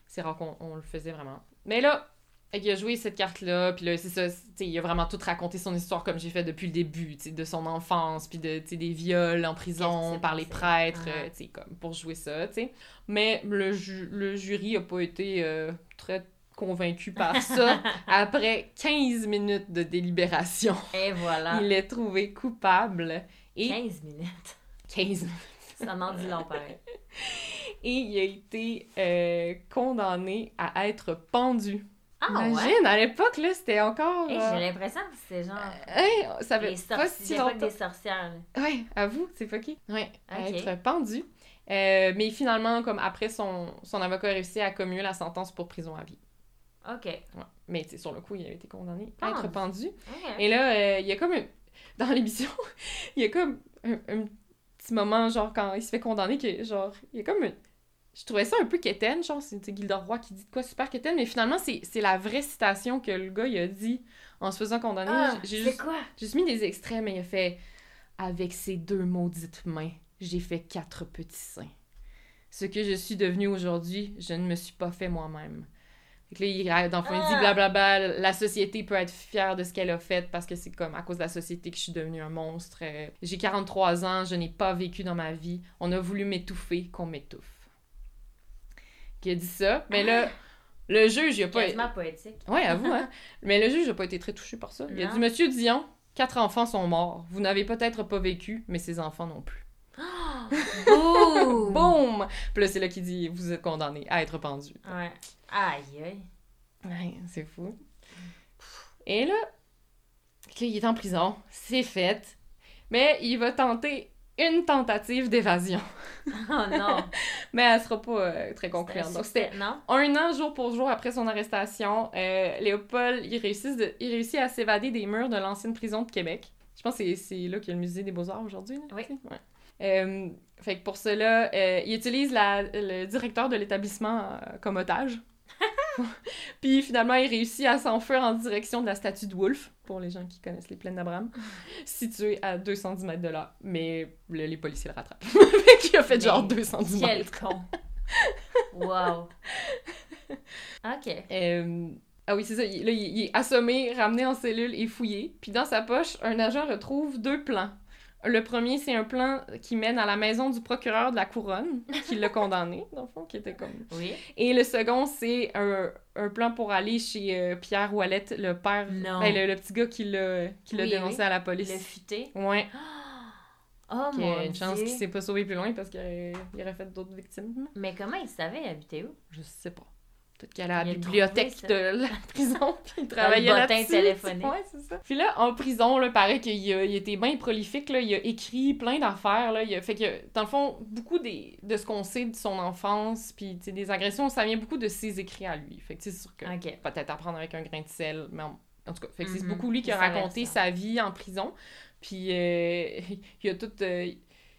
A: c'est rare qu'on on le faisait vraiment. Mais là, Fait qu'il a joué cette carte-là, puis là, c'est ça, c'est- t'sais, il a vraiment tout raconté son histoire comme j'ai fait depuis le début, t'sais, de son enfance, puis de, t'sais, des viols en
B: Qu'est-ce qui
A: prison
B: s'est
A: par les
B: passé?
A: prêtres,
B: Ah.
A: euh, t'sais, comme pour jouer ça, t'sais. Mais le, ju- le jury a pas été euh, très convaincu par
B: <laughs>
A: ça. Après 15 minutes de délibération,
B: Et voilà.
A: il est trouvé coupable et
B: 15 minutes.
A: 15
B: Ça m'en dit long, pareil.
A: et il a été euh, condamné à être pendu.
B: Ah
A: Imagine,
B: ouais?
A: à l'époque, là, c'était encore...
B: Hey,
A: euh,
B: J'ai l'impression que c'est genre...
A: Hey, ça fait
B: les
A: pas
B: sorcières,
A: si
B: c'est pas que
A: longtemps.
B: des sorcières. là.
A: Ouais, avoue, c'est fucké. Ouais, à
B: Ok.
A: être pendu. Euh, mais finalement, comme après, son, son avocat a réussi à commuer la sentence pour prison à vie.
B: OK.
A: Ouais. Mais tu sais, sur le coup, il a été condamné à être
B: Pendu.
A: pendu.
B: Ok.
A: Et là, euh, il y a comme un- dans l'émission, <laughs> il y a comme un, un petit moment, genre quand il se fait condamner, que genre, il y a comme un- Je trouvais ça un peu quétaine, genre c'est c'est Gilda Roy qui dit de quoi super quétaine, mais finalement c'est c'est la vraie citation que le gars il a dit en se faisant condamner.
B: Ah,
A: J'ai- j'ai
B: c'est
A: juste-
B: quoi?
A: j'ai juste mis des extraits, mais il a fait Avec ces deux maudites mains, j'ai fait quatre petits seins. Ce que je suis devenue aujourd'hui, je ne me suis pas fait moi-même. Fait que là, il, ra- dans le fond, il
B: Ah!
A: dit blablabla, la société peut être fière de ce qu'elle a fait parce que c'est comme à cause de la société que je suis devenue un monstre. Euh, J'ai 43 ans, je n'ai pas vécu dans ma vie. On a voulu m'étouffer, qu'on m'étouffe. Qui a dit ça. Mais là, le juge, il a pas.
B: Ah! Quasiment poétique.
A: Ouais, avoue, hein. Mais le juge n'a pas été très touché par ça. Il a
B: Non.
A: dit Monsieur Dion, quatre enfants sont morts. Vous n'avez peut-être pas vécu, mais ses enfants non plus.
B: Boum!
A: Boum Puis là, c'est là qu'il dit Vous êtes condamné à être pendu.
B: Ouais. Aïe, aïe. <laughs>
A: Ouais, c'est fou. Et là, là, il est en prison. C'est fait. Mais il va tenter une tentative d'évasion. <laughs>
B: Oh non.
A: Mais elle sera pas euh, très concluante.
B: un
A: Donc, c'était
B: succès, Non?
A: Un an jour pour jour après son arrestation, euh, Léopold, il réussit, de- il réussit à s'évader des murs de l'ancienne prison de Québec. Je pense que c'est- c'est là qu'il y a le musée des beaux-arts aujourd'hui. là,
B: Oui.
A: tu sais, ouais. Euh, fait que pour cela, euh, il utilise la- le directeur de l'établissement euh, comme
B: <laughs>
A: otage. Puis finalement, il réussit à s'enfuir en direction de la statue de Wolfe, pour les gens qui connaissent les plaines
B: <laughs>
A: d'Abraham, située à 210 mètres de là. Mais le- les policiers le
B: <laughs>
A: rattrapent. fait qu'il a fait
B: Mais
A: genre 210 mètres.
B: Quel
A: <laughs>
B: con. Wow. OK.
A: Euh, Ah oui, c'est ça. Il, là, il, il est assommé, ramené en cellule et fouillé. Puis dans sa poche, un agent retrouve deux plans. Le premier, c'est un plan qui mène à la maison du procureur de la couronne, qui
B: <laughs>
A: l'a condamné, dans le fond, qui était comme...
B: Oui.
A: Et le second, c'est un, un plan pour aller chez euh, Pierre Ouellette, le père...
B: Non.
A: ben, le, le petit gars qui l'a qui l'a
B: Oui,
A: dénoncé
B: oui.
A: à la
B: Le
A: police.
B: futé.
A: Ouais,
B: Oh
A: qui
B: mon
A: a une chance
B: Dieu.
A: qu'il s'est pas sauvé plus loin parce qu'il aurait, il aurait fait d'autres victimes.
B: Mais comment il savait habiter où?
A: Je sais pas. Peut-être qu'elle est à la
B: Il a
A: bibliothèque
B: trouvé
A: de la <laughs> prison, puis il travaillait
B: Dans le bottin
A: là-dessus.
B: téléphonique.
A: Ouais, c'est ça. Puis là, en prison, là, pareil qu'il a- il était bien prolifique, là, il a écrit plein d'affaires, là, il a- fait que, dans le fond, beaucoup des, de ce qu'on sait de son enfance, puis, tu sais, des agressions, ça vient beaucoup de ses écrits à lui. Fait que, tu sais, c'est sûr que
B: OK.
A: peut-être à prendre avec un grain de sel, mais en, en tout cas, fait que c'est
B: Mhm.
A: beaucoup lui qui a
B: Il savait
A: raconté
B: ça.
A: sa vie en prison. Puis euh, <laughs> il a tout, euh,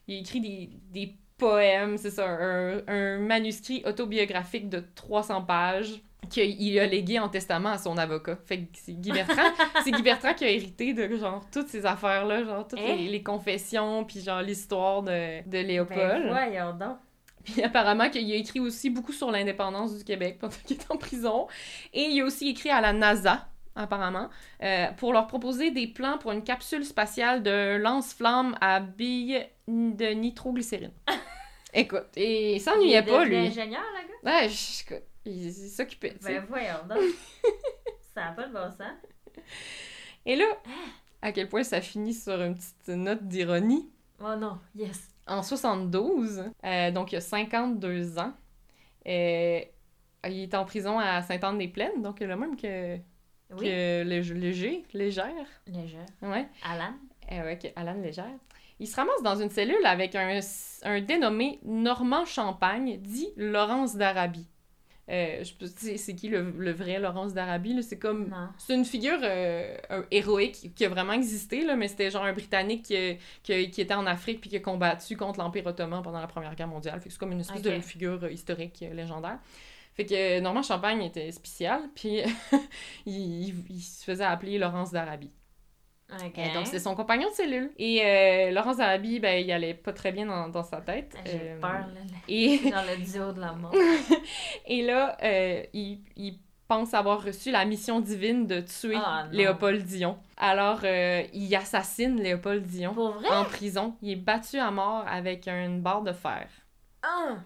A: il a écrit des, des poèmes, c'est ça, un, un manuscrit autobiographique de 300 pages qu'il a légué en testament à son avocat. Fait que c'est Guy
B: <laughs>
A: Bertrand, c'est Guy Bertrand qui a hérité de genre toutes ces affaires là, genre toutes
B: Hein?
A: les, les confessions, puis genre l'histoire de, de Léopold.
B: Ben voyons donc.
A: <laughs> Puis apparemment qu'il a écrit aussi beaucoup sur l'indépendance du Québec pendant qu'il est en prison. Et il a aussi écrit à la NASA, apparemment, euh, pour leur proposer des plans pour une capsule spatiale de lance-flamme à billes de
B: <laughs>
A: nitroglycérine. Écoute, et Ah, il s'ennuyait pas,
B: Il est
A: lui.
B: devenu ingénieur, le gars?
A: Ouais, je- écoute, il, il s'occupait, tu sais.
B: Ben voyons
A: <laughs>
B: donc. ça n'a pas de bon sens.
A: Et là,
B: Ah!
A: à quel point ça finit sur une petite note d'ironie.
B: Oh non, yes.
A: En 72, euh, donc il y a 52 ans, euh, il est en prison à Sainte-Anne-des-Plaines, donc le même que,
B: Oui,
A: que Lég- Léger, Légère,
B: le jeu.
A: ouais,
B: Alan.
A: euh, ouais, que Alan Légère. Il se ramasse dans une cellule avec un, s- un dénommé Normand Champagne, dit Laurence d'Arabie. Euh, je peux- c'est c'est qui le, le vrai Laurence d'Arabie? là? C'est comme
B: Non.
A: c'est une figure euh, euh, héroïque qui a vraiment existé, là, mais c'était genre un Britannique qui, a- qui, a- qui était en Afrique puis qui a combattu contre l'Empire ottoman pendant la Première Guerre mondiale. Fait que c'est comme une espèce
B: Ok.
A: de figure euh, historique euh, légendaire. Fait que euh, Normand Champagne était spécial, puis <laughs> il, il- il se faisait appeler Laurence d'Arabie.
B: OK.
A: Euh, donc, c'est son compagnon de cellule. Et euh, Laurence d'Arabie, ben, il allait pas très bien dans, dans sa tête.
B: Ah, J'ai
A: Euh, <laughs>
B: peur, là. là.
A: Et
B: Dans le duo de la mort.
A: Et là, euh, il, il pense avoir reçu la mission divine de tuer
B: Ah, non.
A: Léopold Dion. Alors, euh, il assassine Léopold Dion
B: Pour vrai?
A: en prison. Il est battu à mort avec une barre de fer.
B: Ah!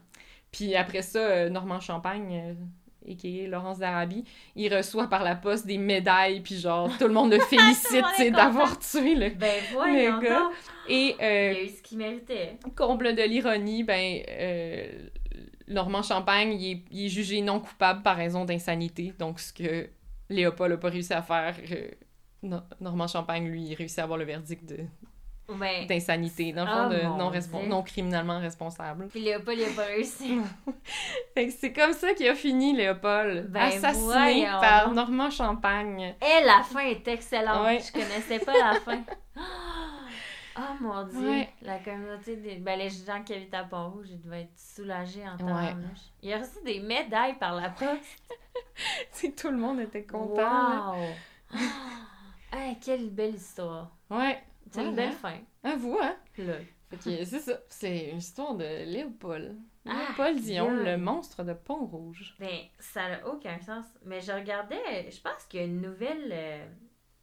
A: Puis après ça, euh, Normand Champagne, euh, a.k.a. Laurence d'Arabie, il reçoit par la poste des médailles, puis genre, tout le monde
B: <laughs>
A: le
B: Tout le
A: félicite,
B: monde est
A: tu sais, d'avoir tué, là.
B: Ben voyons
A: Le gars.
B: donc!
A: Et
B: Il
A: euh,
B: a eu ce qu'il méritait.
A: comble de l'ironie, ben, euh, Normand Champagne, il est, il est jugé non coupable par raison d'insanité, donc ce que Léopold n'a pas réussi à faire... euh, No- Normand Champagne, lui, il réussit à avoir le verdict de-
B: Ou ben...
A: d'insanité, dans le fond,
B: Ah,
A: de
B: mon
A: non, respon-
B: Dieu.
A: non criminellement responsable.
B: Puis Léopold, il a pas réussi.
A: Fait que c'est comme ça qu'il a fini, Léopold.
B: Ben
A: assassiné
B: voyons.
A: par Normand Champagne.
B: Et la fin est excellente.
A: Ouais.
B: Je connaissais pas
A: <laughs>
B: la fin. Oh mon dieu,
A: Ouais.
B: la communauté des. Ben, les gens qui habitent à Pont-Rouge, ils devaient être soulagés en temps Il a reçu des médailles par la poste.
A: <laughs> Tu sais, tout le monde était <laughs> content. là.
B: Wow! <gasps> Ah, quelle belle histoire.
A: Ouais,
B: C'est une
A: Ouais,
B: belle
A: hein?
B: fin.
A: avoue, hein.
B: Là.
A: Fait que c'est ça. C'est une histoire de Léopold.
B: Ah,
A: Léopold Dion,
B: yeah.
A: le monstre de Pont-Rouge.
B: Ben, ça n'a aucun sens. Mais je regardais, je pense qu'il y a une nouvelle euh,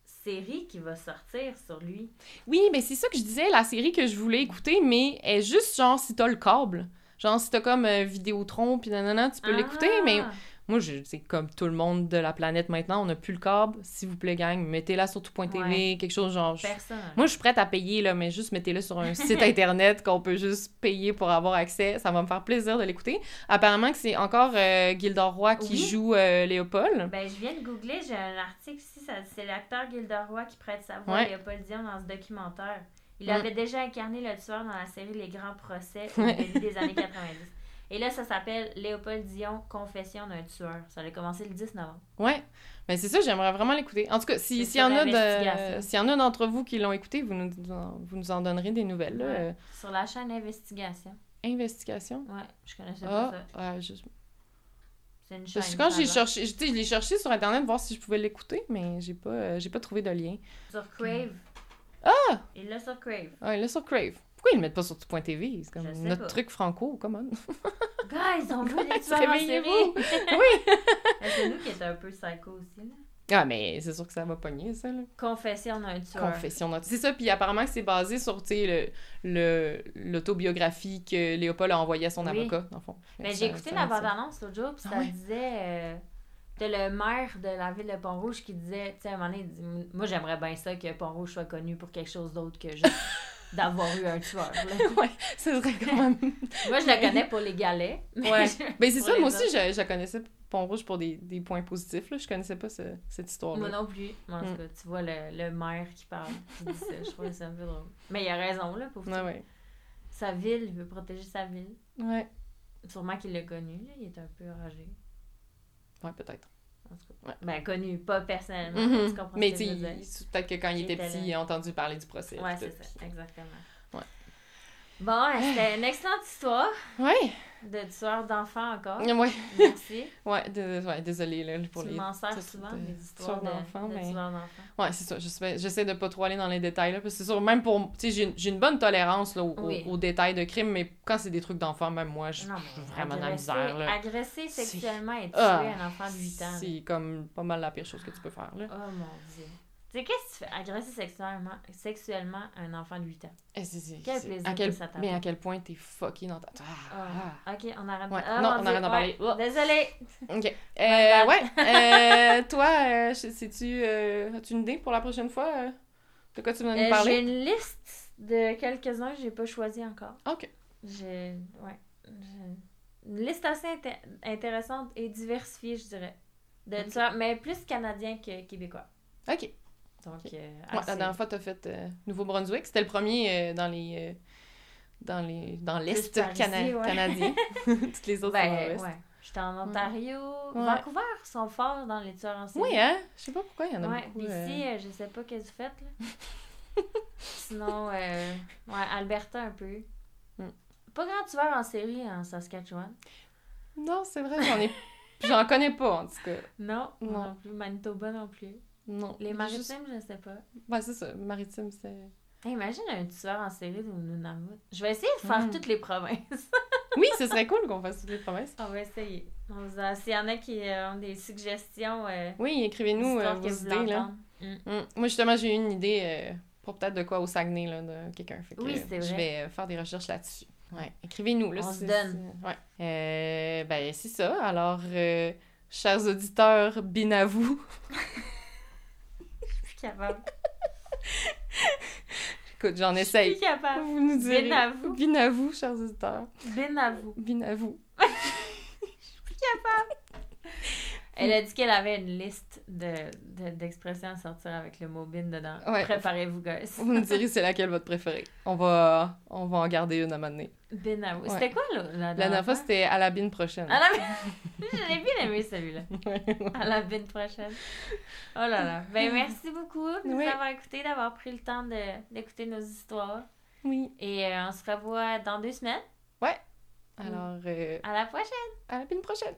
B: série qui va sortir sur lui.
A: Oui, mais c'est ça que je disais, la série que je voulais écouter, mais elle est juste genre si t'as le câble. Genre si t'as comme euh, Vidéotron, puis nanana, tu
B: Ah.
A: peux l'écouter, mais moi, je- c'est comme tout le monde de la planète maintenant, on n'a plus le câble. S'il vous plaît, gang, mettez-la sur tout.tv, quelque chose genre... je-
B: Personne.
A: Moi, je suis prête à payer, là, mais juste mettez-le sur un site internet qu'on peut juste payer pour avoir accès. Ça va me faire plaisir de l'écouter. Apparemment que c'est encore euh, Gildor Roy qui
B: Oui.
A: joue euh, Léopold.
B: Ben, je viens de googler, j'ai un article ici, ça- c'est l'acteur Gilderoy qui prête sa voix à
A: Ouais.
B: Léopold Dion dans ce documentaire. Il
A: Mm.
B: avait déjà incarné le tueur dans la série Les Grands Procès au
A: Ouais.
B: début
A: <laughs>
B: des années 90. Et là, ça s'appelle Léopold Dion, Confession d'un tueur. Ça a commencé le 10 novembre.
A: Ouais. Mais c'est ça, j'aimerais vraiment l'écouter. En tout cas, si- s'il
B: C'est
A: y,
B: sur
A: en a
B: l'investigation.
A: de- s'il y en a d'entre vous qui l'ont écouté, vous nous, vous nous en donnerez des nouvelles. là.
B: Ouais.
A: Euh,
B: Sur la chaîne Investigation.
A: Investigation.
B: Ouais, je connaissais
A: Ah,
B: pas ça.
A: ouais, je-
B: C'est une chaîne.
A: parce que quand j'ai
B: ça va.
A: cherché, je tu sais, je l'ai cherché sur internet voir si je pouvais l'écouter, mais j'ai pas, euh, j'ai pas trouvé de lien.
B: Sur Crave.
A: Ah!
B: Il l'a sur Crave.
A: Ah, il est sur Crave. Pourquoi ils le mettent pas sur tout.tv C'est comme
B: Je sais
A: notre
B: pas.
A: truc franco, comment
B: Guys, on veut
A: <laughs>
B: des
A: Guys,
B: tueurs en série. <laughs>
A: réveillez-vous.
B: Ben, c'est nous qui est un peu psycho aussi. Là.
A: Ah, mais c'est sûr que ça va pogner, ça, là.
B: Confession d'un tueur.
A: Confession d'un- C'est ça, puis apparemment que c'est basé sur, tu sais, le- le- l'autobiographie que Léopold a envoyée à son
B: Oui.
A: avocat, dans le fond. Fait
B: Ben,
A: que
B: j'ai
A: ça-
B: écouté
A: ça
B: la
A: met ça.
B: bande-annonce l'autre jour, puis ça
A: Ah ouais.
B: disait. euh, de le maire de la ville de Pont-Rouge qui disait, tu sais, à un moment donné, il dit, moi j'aimerais bien ça que Pont-Rouge soit connu pour quelque chose d'autre que
A: <laughs>
B: juste d'avoir eu un tueur. là.
A: ouais, ce serait quand même...
B: Moi je le connais pour les galets. mais
A: Ouais.
B: je-
A: <laughs> ben, c'est
B: Pour
A: ça,
B: les
A: moi aussi, je, je connaissais Pont-Rouge pour des, des points positifs, là. Je connaissais pas ce- cette
B: Moi
A: histoire-là.
B: non plus. Mais en tout
A: Mm.
B: cas, tu vois le, le maire qui parle, qui dit ça. Je trouve ça un peu drôle. Mais il a raison, là, pour
A: Ouais, ouais.
B: sa ville, il veut protéger sa ville.
A: Ouais,
B: Sûrement qu'il l'a connu, là, il est un peu enragé.
A: ouais peut-être.
B: En tout cas.
A: Ouais.
B: Ben, connu, pas personnellement.
A: Mhm.
B: Tu comprends
A: Mais, tu
B: ce
A: sais,
B: que je veux dire?
A: il- c'est peut-être que quand il
B: Il
A: était
B: était
A: petit,
B: là.
A: il a entendu parler du procès.
B: Ouais,
A: puis
B: c'est
A: tout.
B: ça, exactement.
A: Ouais.
B: Bon, c'était une excellente histoire
A: Ouais,
B: de tueur d'enfants encore.
A: ouais,
B: Merci.
A: ouais, dé- ouais, désolée, là, <laughs> pour
B: tu
A: les
B: m'en sers
A: titres
B: souvent
A: de
B: des histoires
A: tueurs
B: de,
A: d'enfants,
B: de
A: mais-
B: tueurs d'enfants.
A: Ouais, c'est ça. Je sais- J'essaie de pas trop aller dans les détails, là, parce que c'est sûr, même pour... Tu sais, j'ai une- j'ai une bonne tolérance, là, au- au- aux,
B: Oui.
A: détails de crimes, mais quand c'est des trucs d'enfants, même moi, je
B: Non,
A: je suis
B: mais
A: vraiment dans la
B: agresser-
A: misère, là.
B: Agresser
A: C'est-
B: sexuellement et tuer
A: Ah,
B: un enfant de 8 ans.
A: C'est comme pas mal la pire chose que tu peux faire, là.
B: Oh mon dieu. Tu sais, qu'est-ce que tu fais? Agresser sexuellement, sexuellement un enfant de 8 ans.
A: Eh, c'est- c'est-
B: Quel
A: c'est-
B: plaisir
A: à quel-
B: que ça t'apporte.
A: Mais à quel point t'es fucké dans ta... Ah, ah.
B: Ah, Ok, on arrête.
A: Ouais,
B: Ah,
A: non,
B: mon
A: on
B: Dieu,
A: arrête d'en parler.
B: ouais.
A: Oh.
B: Désolée.
A: OK. Euh,
B: bad. <laughs>
A: ouais. Euh, toi, euh, je- sais-tu... euh, As-tu une idée pour la prochaine fois? euh, de quoi tu vas nous
B: Euh,
A: parler?
B: j'ai une liste de quelques-uns que j'ai pas choisi encore.
A: OK.
B: J'ai. Ouais. J'ai Une liste assez inté- intéressante et diversifiée, je dirais. De
A: Ok.
B: tueurs, mais plus canadien que québécois.
A: OK.
B: Donc,
A: Ok.
B: euh, à
A: Ouais, la
B: suivre.
A: dernière fois, t'as fait euh, Nouveau-Brunswick. C'était le premier euh, dans les... euh, dans les dans l'Est
B: par ici,
A: cana-
B: ouais. <laughs>
A: canadien. <laughs> Toutes les autres sont dans
B: ben,
A: l'Ouest.
B: ouais. J'étais en Ontario.
A: Ouais.
B: Vancouver sont forts dans les tueurs en série.
A: Oui, hein? Je sais pas pourquoi il y en a
B: Ouais,
A: beaucoup.
B: puis
A: euh,
B: ici, euh, je sais pas qu'est-ce que vous faites, là.
A: <laughs>
B: Sinon, euh, ouais, Alberta un peu.
A: Mm.
B: Pas grand tueur en série en Saskatchewan.
A: Non, c'est vrai, j'en ai... j'en connais pas, en tout cas.
B: Non, non,
A: Non.
B: plus. Manitoba non plus.
A: Non.
B: Les
A: Juste-
B: maritimes, je sais pas.
A: Ouais, c'est ça. Maritime, c'est...
B: Hey, imagine un tueur en série de Nunavut. Je vais essayer de faire
A: Mm.
B: toutes les provinces.
A: Oui, ce serait cool qu'on fasse toutes les promesses.
B: On va essayer. On vous en- S'il y en a qui euh, ont des suggestions, euh,
A: Oui, écrivez-nous euh,
B: d'histoires
A: vos
B: que vous
A: idées, là.
B: entendre. Mm.
A: Mm. Moi, justement, j'ai eu une idée euh, pour peut-être de quoi au Saguenay, là, de quelqu'un. Fait que,
B: Oui,
A: euh,
B: c'est
A: Je
B: vrai.
A: vais euh, faire des recherches là-dessus. Ouais. Écrivez-nous, là.
B: On
A: si-
B: se donne.
A: si- ouais. Euh, ben, c'est ça. Alors, euh, chers auditeurs, bin à vous.
B: Je suis plus capable.
A: <laughs> Écoute, j'en
B: Je
A: essaye.
B: suis plus capable.
A: Vous nous direz.
B: Bin à vous.
A: Bin à vous, chers auditeurs.
B: Bin à vous.
A: Bin à vous.
B: Elle a dit qu'elle avait une liste de- de- d'expressions à sortir avec le mot bin dedans.
A: Ouais.
B: Préparez-vous, guys.
A: Vous nous direz c'est laquelle votre préférée. On va, on va en garder une à un moment donné.
B: Bin à vous.
A: Ouais.
B: C'était quoi la, la
A: La dernière
B: dernière
A: fois, c'était à la bine prochaine.
B: Ah la... <laughs> J'avais bien aimé celui-là.
A: Ouais.
B: À la bine prochaine. Oh là là. Ben merci beaucoup de nous
A: Oui.
B: avoir écoutés, d'avoir pris le temps de- d'écouter nos histoires.
A: Oui.
B: Et euh, on se revoit dans deux semaines.
A: Alors, euh,
B: À la prochaine! <laughs>
A: à la bine prochaine.